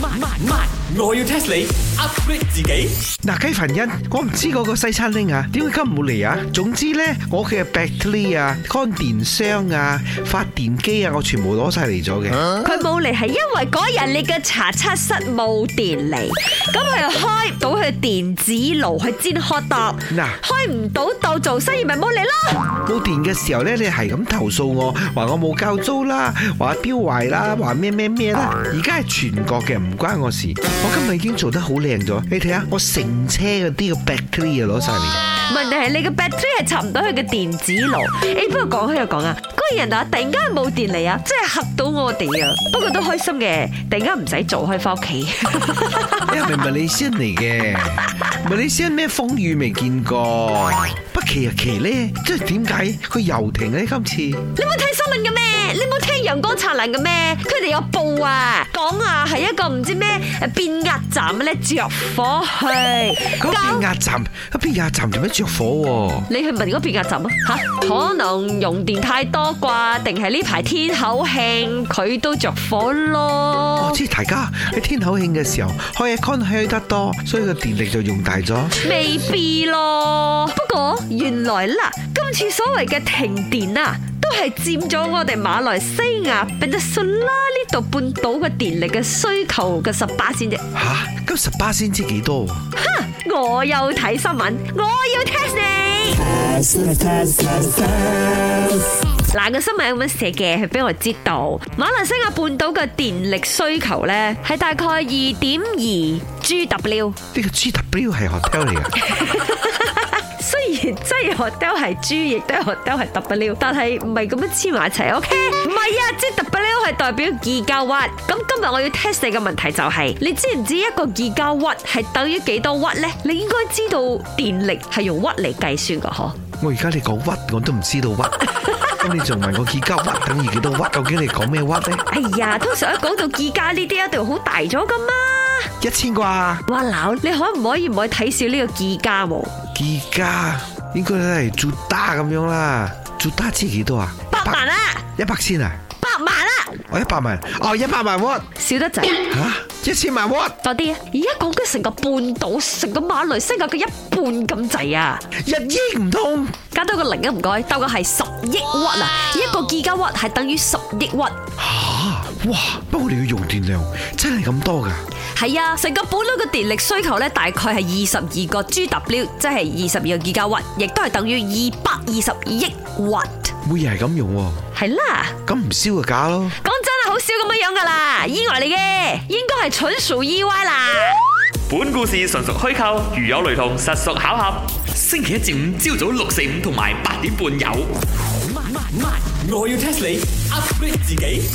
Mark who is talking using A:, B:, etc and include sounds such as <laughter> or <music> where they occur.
A: 慢慢，我要 test 你 upgrade 自己。
B: 嗱，雞凡欣，我唔知嗰個西餐廳啊，點解今日冇嚟啊？總之咧，我屋企嘅 battery 啊、乾電箱啊、發電機啊，我全部攞晒嚟咗嘅。
C: 佢冇嚟係因為嗰日你嘅茶測室冇電嚟，咁佢又開唔到佢電子爐去煎 hot dog，
B: 嗱
C: 開唔到到做生意咪冇嚟咯。
B: 冇電嘅時候咧，你係咁投訴我，話我冇交租啦，話錶壞啦，話咩咩咩啦。而家係全國嘅，唔關我事。我今日已經做得好靚咗，你睇下我成車嗰啲嘅 battery 啊攞晒嚟。
C: 問題係你嘅 battery 係插唔到佢嘅電子爐。誒，不過講開又講啊，嗰個人啊突然間冇電嚟啊，真係嚇到我哋啊！不過都開心嘅，突然間唔使做可以翻屋企。 <laughs>
B: 你哎係咪馬來西亞嚟嘅？馬來西亞咩風雨未見過？不期而奇咧，即係點解佢遊停咧？今次
C: 你冇睇新聞嘅咩？你冇聽陽光燦爛嘅咩？佢哋有報啊，講啊係一個唔知咩誒變壓站咧着火去，
B: 嗰邊
C: 搞
B: 壓站，嗰邊壓站做咩着火
C: 你去問嗰變壓站啊吓，可能用電太多啩，定係呢排天口慶佢都着火
B: 喎？我
C: 咯？
B: 知大家喺天口慶嘅時候開 aircon 開得多，所以個電力就用大咗。
C: 未必咯，不過原來啦，今次所謂嘅停電啊，都係佔咗我哋馬來西亞 p e n i 啦呢度半島嘅電力嘅需求嘅十八先啫。
B: 吓，咁十八先知幾多喎？
C: 我有睇新聞，我要 test 你。嗱，個新聞咁樣寫嘅，係俾我知道，馬來西亞半島嘅電力需求呢，係大概二點二 GW。
B: 呢個 GW 係 hotel 嚟嘅，
C: 雖然真係 hotel 係 G，亦都係 hotel 係 W，但係唔係咁樣黐埋一齊，OK？唔係啊，即係 W 係代表二交屈。咁今日我要 test 你嘅問題就係、你知唔知一個二交屈係等於幾多屈呢？你應該知道電力係用屈嚟計算嘅嗬。
B: 我而家你講屈我都唔知道屈，咁你仲問我幾交屈等於幾多屈？究竟你講咩屈咧？
C: 哎呀，通常一講到議價呢啲，一定好大咗噶嘛。
B: 一千啩？
C: 哇，嗱，你可唔可以唔可以睇少呢個議價冇？
B: 而家應該都係做打咁樣啦，做打知幾多啊？
C: 百萬啦，
B: 一百先啊？
C: 百萬啦，
B: 我一百萬，哦一百萬 what
C: 少得滯，
B: 嚇？一千萬 what？
C: 多啲啊！而家講緊成個半島，成個馬來西亞嘅一半咁滯啊！
B: 一億唔通？
C: 加多個零啊，唔該，兜個係十億屈啊！一個議價屈係等於十億屈，
B: 啊！哇！不過我哋嘅用電量真係咁多㗎？
C: 係啊！成個本島嘅電力需求咧，大概係二十二個 GW，即係二十二個議價屈，亦都係等於二百二十億屈，
B: 每日係咁用喎，
C: 係啦。
B: 咁唔燒就假咯。
C: 講真啊，好少咁樣樣噶啦，意外嚟嘅，應該係純屬意外啦。
D: 本故事純屬虛構，如有雷同，實屬巧合。
A: 星期一至五朝早六四五同埋八點半有。慢慢，我要 test 你 upgrade 自己。